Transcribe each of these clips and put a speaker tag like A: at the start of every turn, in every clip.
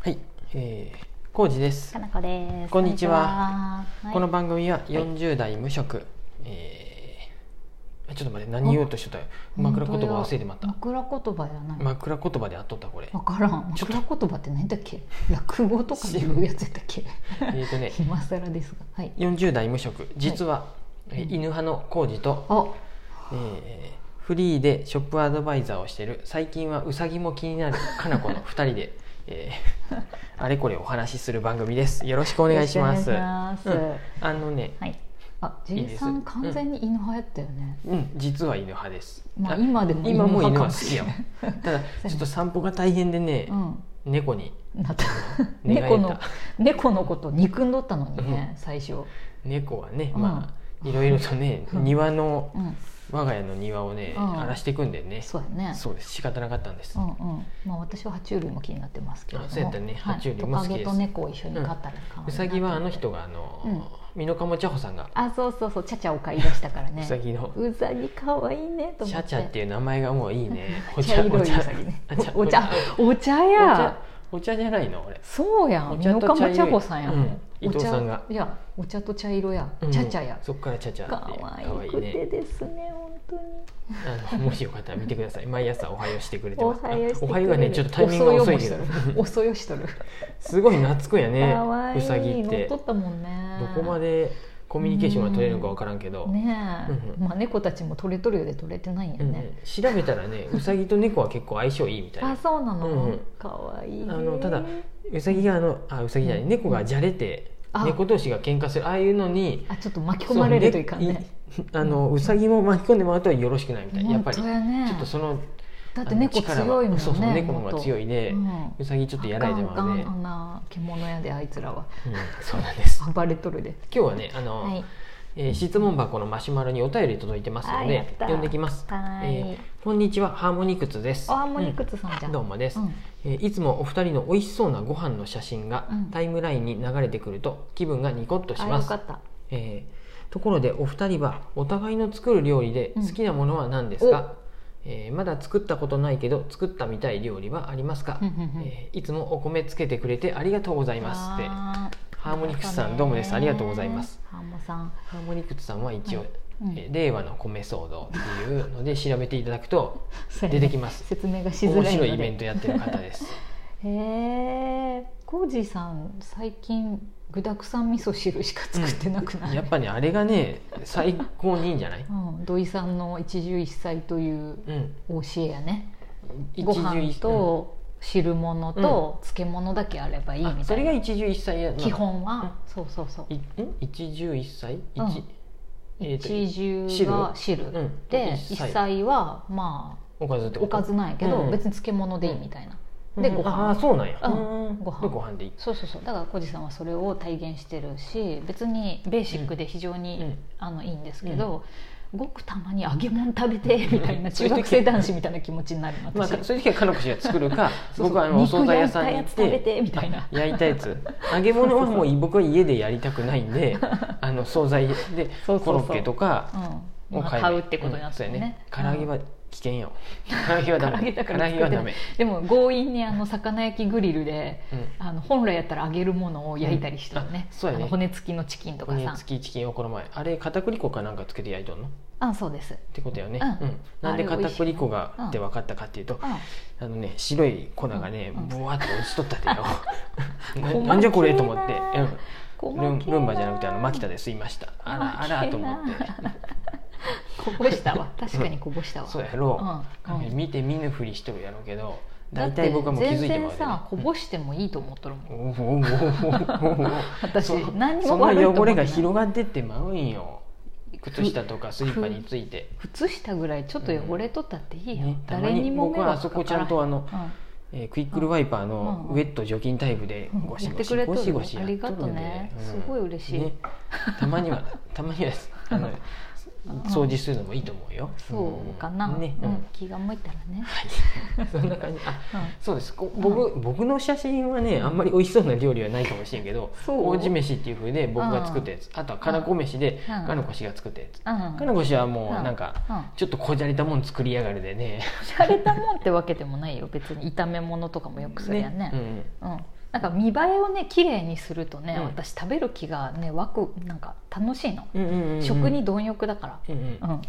A: はい、えー、康二です、
B: かなこです。
A: こんにちは
B: こんにちは。
A: この
B: はい
A: 番組は40代無職、えーちょっと待って何言おうとしてたよ枕言葉忘れてまった
B: 枕言葉やない。
A: 枕言葉であっとったこれ
B: わからん。枕言葉って何だっけ？落語とかで言うやつやったっけ？
A: えーとね
B: 今更ですが、はい。
A: 40代無職実は、えー犬派の康二と、
B: あ、
A: えーフリーでショップアドバイザーをしている最近はウサギも気になるかなこの2人で、え ーあれこれお話しする番組ですよろしくお願いします
B: よろくお願いします
A: うんあのね
B: はい。あ、
A: いい
B: J
A: です
B: さん完全に犬派やったよね。
A: うん実は犬派です、
B: まあ
A: あ
B: 今でも
A: 今もう犬
B: 派か
A: は好き
B: しれ
A: や
B: な
A: わ
B: い
A: た だちょっと散歩が大変でね、猫に
B: うん。なった。
A: 寝返
B: 猫
A: っ
B: の
A: た
B: 猫のこと憎んどったのにね、最初。
A: 猫はね、
B: うん
A: まあいろいろとね
B: うん
A: 庭の
B: うん。
A: 我が家の庭をね、
B: うん
A: 荒らしていくんでね
B: そうやね。
A: そうです仕方なかったんです、
B: うんうん、まあ私は爬虫類も気になってますけれども
A: あそうやったね
B: はい
A: 爬虫類も好きです
B: トカゲと猫を一緒に飼ったら可愛いなと思って
A: うさぎはあの人があの、
B: うん
A: 美濃加茂茶穂さんが
B: あそうそうそうちゃちゃを飼い出したから
A: う
B: ね
A: さぎの
B: うさぎ可愛いねと思って
A: チャチャっていう名前がもういいね
B: 茶色いウサギね
A: お茶
B: お茶
A: お
B: お茶
A: 茶
B: や
A: お茶じゃないの俺
B: そうや
A: お
B: ん
A: 茶と
B: 野
A: 茶色い
B: 釜茶子さんや
A: うん
B: も
A: 伊藤さんが
B: お茶いやお茶と茶色や
A: うん
B: 茶茶や
A: そっからチャチャって
B: 可愛
A: 可
B: く
A: 愛い
B: て
A: ね
B: ですね本当に
A: あのもしよかったら見てください毎朝おはようしてくれて
B: お
A: ます
B: はようし
A: あ
B: て
A: お
B: く
A: は
B: れ
A: よ
B: る
A: うがねちょっとタイミングが遅いけど
B: おそよしとる
A: すごい懐くんやね
B: 可愛いう
A: さぎっ
B: 乗ってと
A: ど
B: ったもんね
A: こまでコミュニケーションが取れるのか分からんけど、
B: ねえ、
A: うんうん
B: まあ猫たちも取れとるようで取れてないんや
A: うん
B: ね、
A: 調べたらねうさぎと猫は結構相性いいみたい
B: あ
A: な
B: そうなの、
A: うんうん
B: かわいいね
A: あのただうさぎがあのあうさぎじゃない、
B: うん
A: 猫がじゃれて
B: あ
A: 猫同士が喧嘩するああいうのに
B: あちょっと巻き込まれるといかん
A: そう
B: ね
A: ねいあのうさぎも巻き込んでもらうとよろしくないみたいなやっぱり
B: 本当
A: ちょ
B: やね
A: っとその
B: だって猫
A: あの力は
B: 強いもんね
A: そうそう猫の方が強
B: い
A: いで、うさぎちょっとやられてもらうね、
B: あんな獣やであいつらは
A: うん、そうなんです
B: 暴れとるで
A: 今日はねあの、
B: はい
A: えー質問箱のマシュマロにお便り届いてますの
B: あやっ
A: で
B: た
A: 読んできます、
B: は
A: え
B: い
A: ーこんにちはハーモニクツです
B: あハーモニクツさんじゃん、
A: うんどうもです、
B: うん
A: えーいつもお二人の美味しそうなご飯の写真が
B: うん
A: タイムラインに流れてくると気分がニコッとし
B: あ
A: ま
B: よ
A: す、
B: かった
A: えーところでお二人はお互いの作る料理で
B: うん
A: 好きなものは何ですか、えーまだ作ったことないけど作ったみたい料理はありますか、
B: うんうんうん
A: えーいつもお米つけてくれてありがとうございますって
B: あー
A: ハーモニクスさんどうもですありがとうございます
B: ハーモさん
A: ハーモニクスさんは一応、
B: はいうん
A: えー令和の米騒動っていうので調べていただくと
B: そうやね
A: 出てきます
B: 説明 がしづ
A: 面
B: らいの
A: 白
B: で
A: いイベントやってる方 です
B: へえコージーさん最近具だくさん味噌汁しか作ってなくない、
A: やっぱねあれがね最高にいいんじゃない、
B: うん、土井さんの一汁一菜という
A: うん、
B: お教えやね
A: 一
B: ご
A: 汁
B: 飯
A: 一
B: と汁物と漬物だけあればいいみ
A: う
B: たい
A: ん
B: な
A: あそれが一汁一菜やな
B: 基本は、そうそうそう
A: いん一汁一菜一、
B: うん
A: えーと
B: 一汁が汁、
A: うん
B: で
A: 一
B: 一
A: 菜
B: 菜はまあ
A: おかずってこと
B: おかずなんやけど、
A: うんうん
B: 別に漬物でいいみたいな、
A: うん
B: でご
A: あ
B: 飯
A: あそうなんや、
B: うん
A: うん
B: ご飯
A: でご飯でいい
B: そうそうそうだからコージーさんはそれを体現してるし別にベーシックで非常に、
A: うん
B: あのいいんですけど、ごくたまに揚げ物食べてみたいな中学生男子みたいな気持ちになるの
A: まあ、
B: 私、
A: そういう時はかのこ氏が作るか
B: そうそう
A: 僕はあのお惣菜屋さんに行っ
B: 肉焼いたやつ食べてみたいな
A: あ焼いたやつ揚げ物はもう僕は家でやりたくないん であの惣菜でコ
B: そうそう
A: ロッケとか
B: うん
A: を
B: まあ
A: 買えばいい
B: 買うってことになって
A: うんそ
B: る
A: うや
B: ね,うん、
A: 唐揚げは危険 よ唐揚げはダ
B: 唐揚
A: メ
B: げだ
A: 唐
B: から
A: 揚げはダメ
B: でも強引にあの魚焼きグリルで
A: うん
B: あの本来やったら揚げるものを焼いたりしてるね,、
A: うんあそうやね
B: の骨付きのチキンとか
A: 骨
B: さ
A: 付きチキンをこの前あれ片栗粉かなんかつけて焼いとんのっ
B: あそうです、
A: てことよね、
B: うん
A: なんで
B: あれ美
A: 片
B: 味しいね
A: 栗粉がって分かったかっていうと、
B: う
A: あのね白い粉がね
B: うん
A: ぶわっと落ちとったで よな
B: 細けえな、
A: なんじゃこれと思って、うんん、ルンルンバじゃなくてあのマキタ
B: で
A: ですいましたあらあらと思って
B: こぼしたわ確かにこぼしたわ
A: そうやろう、
B: うんうん
A: 見て見ぬふりしとるやろうけど大
B: だって
A: 体僕はもう気づいても
B: 全然さこぼしてもいいと思っとるもん、
A: お おおおおおお
B: 私
A: そう
B: 何
A: そ
B: も悪いと
A: の汚
B: 思って
A: れが
B: ない
A: 広がってってまうんよ靴下とかスリッパについて、
B: 靴下ぐらいちょっと汚れとったっていいや、
A: ね、たま
B: 誰に
A: に
B: も
A: 僕
B: 迷
A: はあ
B: 惑
A: そ
B: か
A: こち
B: から
A: ゃ
B: へ
A: ん
B: ん
A: とあの、
B: うん
A: えークイックルワイパーの
B: うん
A: ウェット除菌タイプで
B: うん
A: ゴシ
B: やっ
A: ゴ
B: て
A: シ
B: くれと
A: ゴ
B: る
A: シ
B: よ
A: ゴシやっとるんで
B: ありがとねすごい嬉しい
A: たま にはたまにはあの
B: ん
A: 掃除するのもいいと思うよ
B: そうかな、
A: ね、う
B: うんん、気が向いたらね、
A: そんな感じあ
B: うん
A: そうですこ僕,、僕の写真はねあんまり美味しそうな料理はないかもしれんけど
B: そう
A: 麹飯っていうふうで僕が作ったやつあとはかなこ飯で
B: うん
A: かのこ氏が作ったやつ
B: うん、
A: かのこ氏はも
B: う
A: うんなんか
B: うん
A: ちょっとこじゃれたもん作りやがるでね
B: 洒落たもんってわけでもないよ別に炒め物とかもよくそりゃね
A: うん
B: うん、なんか見栄えをね綺麗にするとね、
A: うん
B: 私食べる気がね湧くなんか楽しいの、
A: うんうんうんうん
B: 食に貪欲だか
A: うんうん
B: ら、うん、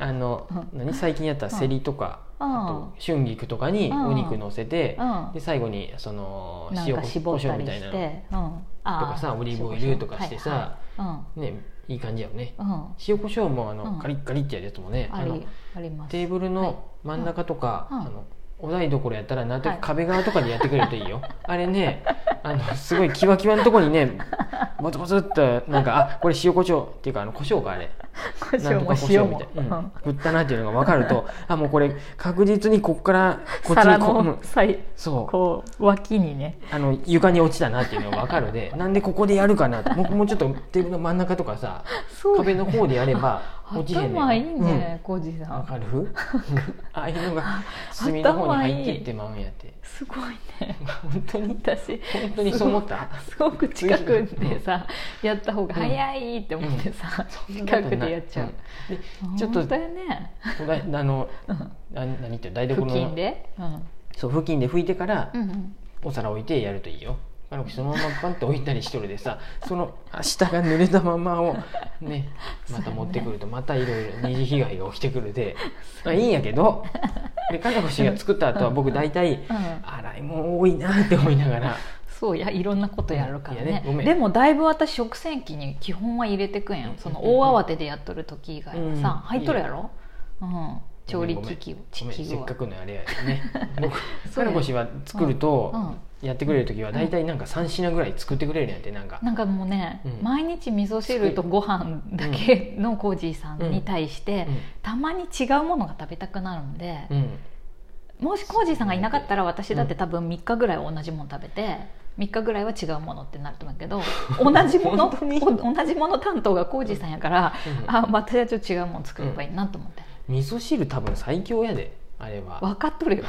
A: あの
B: う
A: 何最近やったらセリとか
B: うん
A: あと春菊とかに
B: うん
A: お肉乗せて
B: うん
A: で最後にその
B: なん
A: 塩
B: か
A: こ
B: 絞
A: 胡
B: っ
A: 椒
B: た
A: み
B: り
A: たい
B: し
A: な
B: て、うん、あ
A: と
B: ー
A: かさオリーブオイルとかして、さ
B: はいはい
A: ねいい感じやよね
B: うんうん、
A: 塩コショウもあ
B: う
A: の
B: ん
A: ガリッガリってやるやつもね
B: あ
A: あの
B: りあります。
A: テーブルの真ん中とかあ
B: うん
A: のお台所やったらなんとなく
B: はい
A: 壁側とかでやってくれるといいよ あれねあのすごいキワキワのとこに ねボツボツっとなんかあこれ塩コショウっていうかあのコショウかあれ
B: 胡
A: なん
B: 椒
A: と
B: も
A: か胡椒
B: 塩
A: み
B: も
A: たい、な、うん、振ったなっていうのが分かる とあもうこれ確実にこっからこっち
B: 皿
A: にこ、う
B: の
A: ん
B: さい
A: そう
B: こう脇にね、
A: あの床に落ちたなっていうのが分かる でなんでここでやるかなともうもうちょっとテーブルの真ん中とか さ
B: そう
A: 壁の方でやれば落ちへん
B: 頭いい
A: ん
B: ね、コージ
A: うん
B: さ
A: わ
B: ん。
A: かるうんああいうの が隅の方に入っていってまうんやって
B: すごいね。
A: 本当に
B: 私
A: 本当にそう思った
B: すごく近くでさやった方が早いって思ってさ、 近くでやっちゃう。
A: でちょっと
B: 本当よね。
A: お台あのな何言ってる台
B: 付
A: 所の
B: 近で、うん
A: そう付近で拭いてから
B: うんうん、
A: お皿置いてやるといいよあのそのままパンって置いたりしとるでさそのあ下が濡れたままを ねまた持ってくるとまたいろいろ二次被害が起きてくる で、まあ、いいんやけどで佳子氏が作った後は僕大体
B: うん
A: 洗い物多いなって思いながら
B: そうやいろんなことやるから
A: いやね
B: ね
A: ごめん
B: でもだいぶ私食洗機に基本は入れてくんや
A: うん
B: んその大慌てでやっとる時以外はさ、
A: うん
B: 入っとるやろ、うん、調理機器
A: ごめん
B: 器
A: せっ
B: 具は
A: かくのあれや ね僕
B: そう
A: 佳
B: や
A: 子氏は作ると
B: うんうん
A: やってくれる時は大体なんか3品ぐらい作ってくれるんやってなんか
B: なんかもうね、
A: うん
B: 毎日味噌汁とご飯だけのコージーさんに対して、たまに違うものが食べたくなるので
A: う、ん、うん
B: もしコージーさんがいなかったら私だって多分3日ぐらいは同じもの食べて3日ぐらいは違うものってなると思うけど同じもの
A: 本当に
B: お同じもの担当がコージーさんやから、
A: うん
B: あ私はちょっと違うもの作ればいいなと思って、
A: 味噌汁多分最強やであれは
B: 分かっと るよ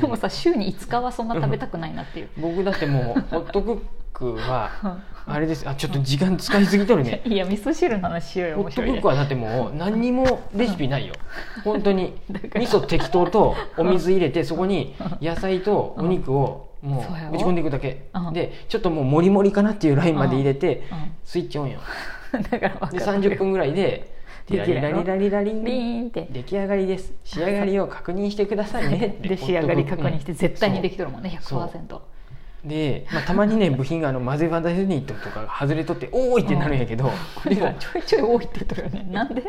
B: でもさ週に5日はそんな食べたくないなっていう、
A: 僕だっても うホットクックはあれですあちょっと時間使いすぎとるね
B: いや味噌汁の話しようよ
A: ホ
B: 面
A: ット
B: 白
A: ク
B: い
A: ッ
B: ね
A: クはだってもう何にもレシピないよ本当 に
B: だから
A: 味噌適当とお水入れてそこに野菜とお肉をも
B: そう
A: う
B: やろ
A: ぶち込んでいくだけ
B: うん
A: でちょっともうモリモリかなっていうラインまで入れてスイッチオンよ
B: うんだから分かっと
A: で
B: る
A: 30分ぐらいで
B: でき
A: リ
B: る
A: ラ
B: や
A: リラ
B: ろ
A: リラリラリ
B: ビ
A: ン
B: ーンって
A: 出来上がりです仕上がりを確認してくださいねって
B: で仕上がり確認して絶対にで
A: き
B: きとるもんね
A: そう
B: 100%
A: で、まあ、たまにね部品があの混ぜ混ぜニットとかが外れとって「おーい!」ってなるんやけどでも、
B: ちょいちょい多いって言っとるよ ねなんで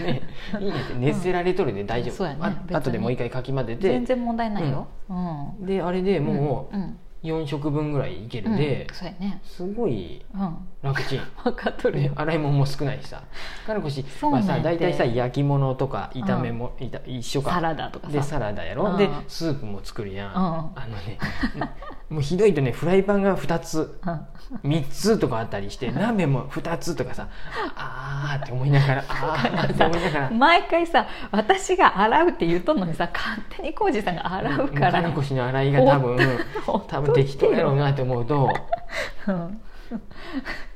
A: ね、いいんやって熱せられとるで大丈夫、
B: そうやね
A: あ
B: 別に
A: 後でもう一回かき混ぜ
B: 全
A: て
B: 然問題ないよ、うん
A: であれでも
B: うんうん
A: う4食分ぐらいいけ
B: う
A: る
B: ん
A: で、
B: そうやね
A: すごい
B: うん
A: 楽ちん。
B: 分かっとる
A: ね
B: よ、
A: 洗い物も少ないしさかのこし、
B: そう
A: ま
B: な
A: あ、
B: んや
A: さ
B: って
A: 大体さ焼き物とか炒めも、いた一緒か
B: サラダとか
A: で
B: さ
A: サラダやろ、
B: うん
A: でスープも作るやん、
B: うん
A: あのね もうひどいとねフライパンが2つ
B: うん
A: 3つとかあったり して鍋も2つとかさあーって思いながら あーって 思いながら
B: 毎回さ私が洗うって言っとんのにさ勝手に浩二さんが洗うから
A: 金腰の洗いが多分
B: ほっと
A: 多分適当やろうなって思うと
B: うん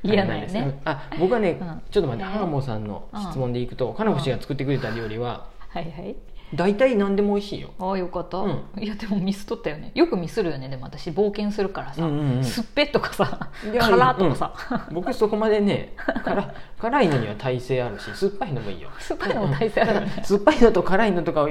B: 嫌だよ
A: あれなんで
B: ね
A: すあ僕はね、
B: うん
A: ちょっと待ってハーモさんの質問でいくと、金腰が作ってくれた料理は
B: はいはい
A: 大体何でも美味し いよ
B: ああよかった、
A: うん
B: いやでもミス取ったよねよくミスるよねでも私冒険するからさ、
A: うんうんうん
B: すっぺとかさ
A: いや
B: 辛とかさ、
A: 僕そこまでね辛辛いのには耐性あるし酸っぱいのもいいよ
B: 酸っぱいのも耐性あるよね
A: 酸っぱいのと辛いのとかを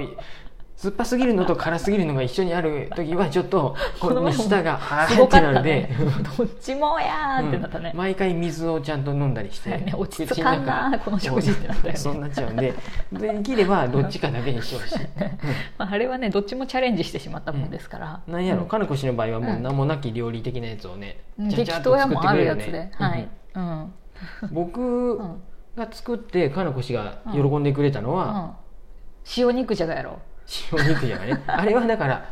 A: 酸っぱすぎるのと辛すぎるのが一緒にある時はちょっとこ
B: この
A: の
B: 前も
A: 舌があ
B: す
A: ー
B: ご
A: って
B: かっ
A: なる
B: た
A: で
B: ねどっちもやーんってなったね、
A: うん毎回水をちゃんと飲んだりし
B: そう
A: て、
B: やね落ち着
A: 口
B: か
A: の
B: ん
A: 中
B: なこの食事ってなったよね
A: そうなっちゃうんでできればどっちかだけにしてほしい
B: まあ、あれはねどっちもチャレンジしてしまったもんですから、
A: なんやろ
B: か
A: かのこ氏の場合はもう名もなき料理的なやつをね、ちゃち
B: 適
A: ゃっ
B: 当
A: と
B: や
A: 作っ
B: も
A: て
B: んあ
A: くれ
B: る
A: る
B: や
A: よ
B: つ
A: ね
B: で、はい、うん
A: うん 僕
B: うん
A: が作ってかのこ氏が喜んでくれたの
B: う
A: は、
B: ん塩肉じゃがやろ
A: 塩肉じゃが ねあれはだから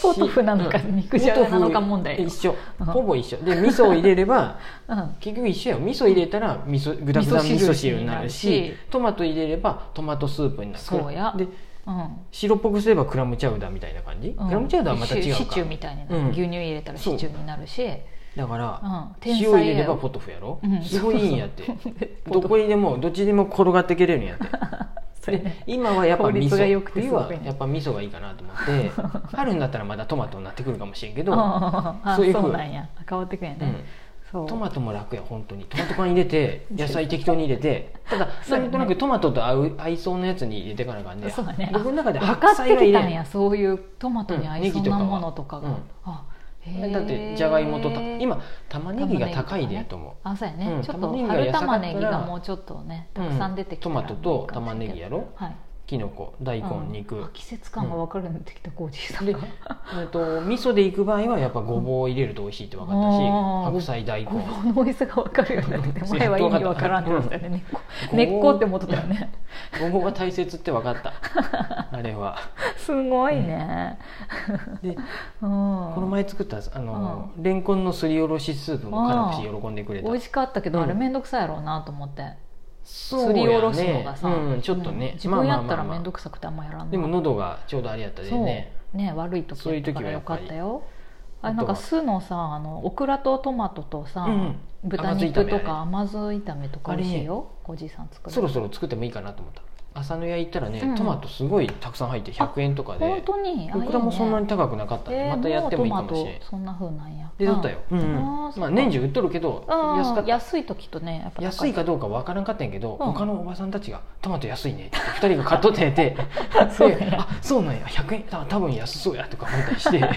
B: ポトフなのか
A: うん
B: 肉じゃがなのか問
A: ポト
B: 題
A: フ一緒
B: うん
A: ほぼ一緒で味噌を入れれ ば
B: うん
A: 結局一緒よ味噌入れたら味噌具だくさん味
B: 味
A: 噌汁
B: 噌汁
A: に
B: に
A: な
B: な
A: る
B: る
A: し
B: し
A: トマト入れればトマトスープになる
B: そうや
A: で
B: うん
A: 白っぽくすればクラムチャウダーみたいな感じ、
B: うん
A: クラムチャウダーはまた違う
B: シ
A: か
B: チューシチューみたいになる、
A: うん
B: 牛乳入れたらシチューになるし、うん、
A: だから、
B: 天才
A: 塩入れれば
B: ポ
A: ポトフやろ、
B: うん
A: すごいいいんやって
B: トフ
A: どこにでもどっちでも転がっていけれるんやって
B: それね
A: 今はやっぱ味
B: 効率が良
A: 噌
B: くて
A: 冬
B: すご
A: はい
B: ね
A: やっぱ味噌がいいかなと思って 春になったらまだトマトになってくるかもしれんけど、
B: うんうん
A: う
B: うんあ
A: そういう風
B: そうなんや変わってくんやね、
A: ん、
B: そう
A: トマトも楽や本当にトマト缶入れて野菜適当に入れてただ
B: そうや
A: な
B: ね
A: んとなくトマトと合う合いそうなやつに入れてかなあかんで、
B: そうだね
A: 僕の中で
B: 分
A: 白
B: かっ
A: 菜
B: て
A: が入
B: き
A: れ
B: た
A: ん
B: んやそういうトマトに合いそうなものとかが、
A: うんネギ
B: あへー
A: だってじゃがいもとた今玉ねぎが高いでと思う
B: あそうやね、
A: うん
B: ちょっ
A: 玉
B: と
A: ねぎが
B: 春
A: 安かったら
B: 玉ねぎがもうちょっとねたくさん出てきたら、
A: うんトマトと玉ねぎやろ
B: はい
A: きのこ大根、
B: うん
A: 肉
B: あ季節感が分かるようになってきたコージーさん
A: で
B: が、
A: えっと味噌で行く場合はやっぱごぼうを入れると美味しいって分かったし、
B: うん
A: 白菜大根
B: ごぼうの美味しさが分かるようになって
A: う
B: て
A: ん
B: 前は意味分からんって言ってたよね
A: うん
B: 根っこ根っこって思ってたよね
A: ごぼうが大切って分かった あれは
B: すごいね、
A: で
B: うん、
A: この前作ったあの、レンコンのすりおろしスープも辛口喜んでくれた
B: 美味しかったけど、
A: うん
B: あれ面倒くさいやろうなと思って
A: そ
B: す
A: うやね
B: りおろすのがさ、
A: うん、ちょっとね、
B: うん自分やった
A: まあまあまあ
B: ら
A: まあ
B: 面倒くさくてあんまやらんない、
A: でも喉がちょうどあれやったで
B: そう
A: ね
B: ね悪い時
A: そういう時は
B: だから
A: や
B: よ
A: っ
B: か
A: ぱ
B: っ
A: り
B: たよあれなん
A: あ
B: か
A: とは
B: 酢のさあのオクラとトマトとさ、
A: うん
B: 豚肉とか
A: 甘
B: 甘酢炒めとか美味しいよおじいさん作る
A: そろそろ作ってもいいかなと思った朝の屋行ったらね、
B: うん
A: トマトすごいたくさん入って100円とか
B: 本
A: で
B: 当にあ
A: オクラもそんなに
B: い
A: 高くなかったん
B: い
A: で、
B: ねえー
A: またやってもいいかもしれ
B: う
A: ない
B: トマトそんな風なんや
A: でだったよ、うん
B: あーそっか
A: まあ年中売っとるけど
B: うん
A: 安かった
B: 安い時とねやっぱ高
A: 安いかどうかわからんかったんやけど、
B: うん
A: 他のおばさんたちが「トマト安いね」って2人が買っとったんや て
B: そうなんや
A: であそうなんや100円あ多分安そうや」とか思ったりして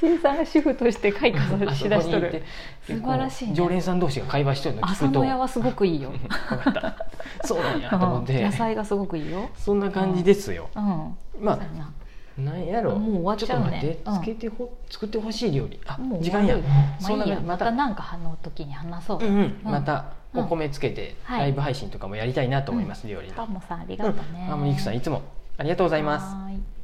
B: じいさんが主婦として開花
A: あそ
B: し
A: こ
B: だ
A: に
B: しと
A: 行って
B: る素晴らしいね
A: こう常連さん同士が会話してるの聞
B: 朝
A: くと
B: の屋はすごくい いよ
A: 分かったそうなんやと思っ
B: うん
A: て
B: 野菜がすごくいいよ
A: そんな感じですよ、
B: うん
A: ま
B: そうやな
A: あなんやろ
B: もう終わっちゃうね
A: ちょっと
B: うん
A: 待ってつけてほ作ってほしい料理あ
B: もう
A: 時間や
B: 終わる
A: そんな
B: まあいい
A: 感
B: や
A: じ
B: ま
A: ま
B: た
A: た
B: なんかあの時に話そう
A: うんうん
B: うん
A: また
B: うん
A: お米つけて
B: はい
A: ライブ配信とかもやりたいなと思います、料理の
B: パンもさんありがとね
A: うんあもうゆきさんいつもありがとうご
B: ご
A: ざいます
B: す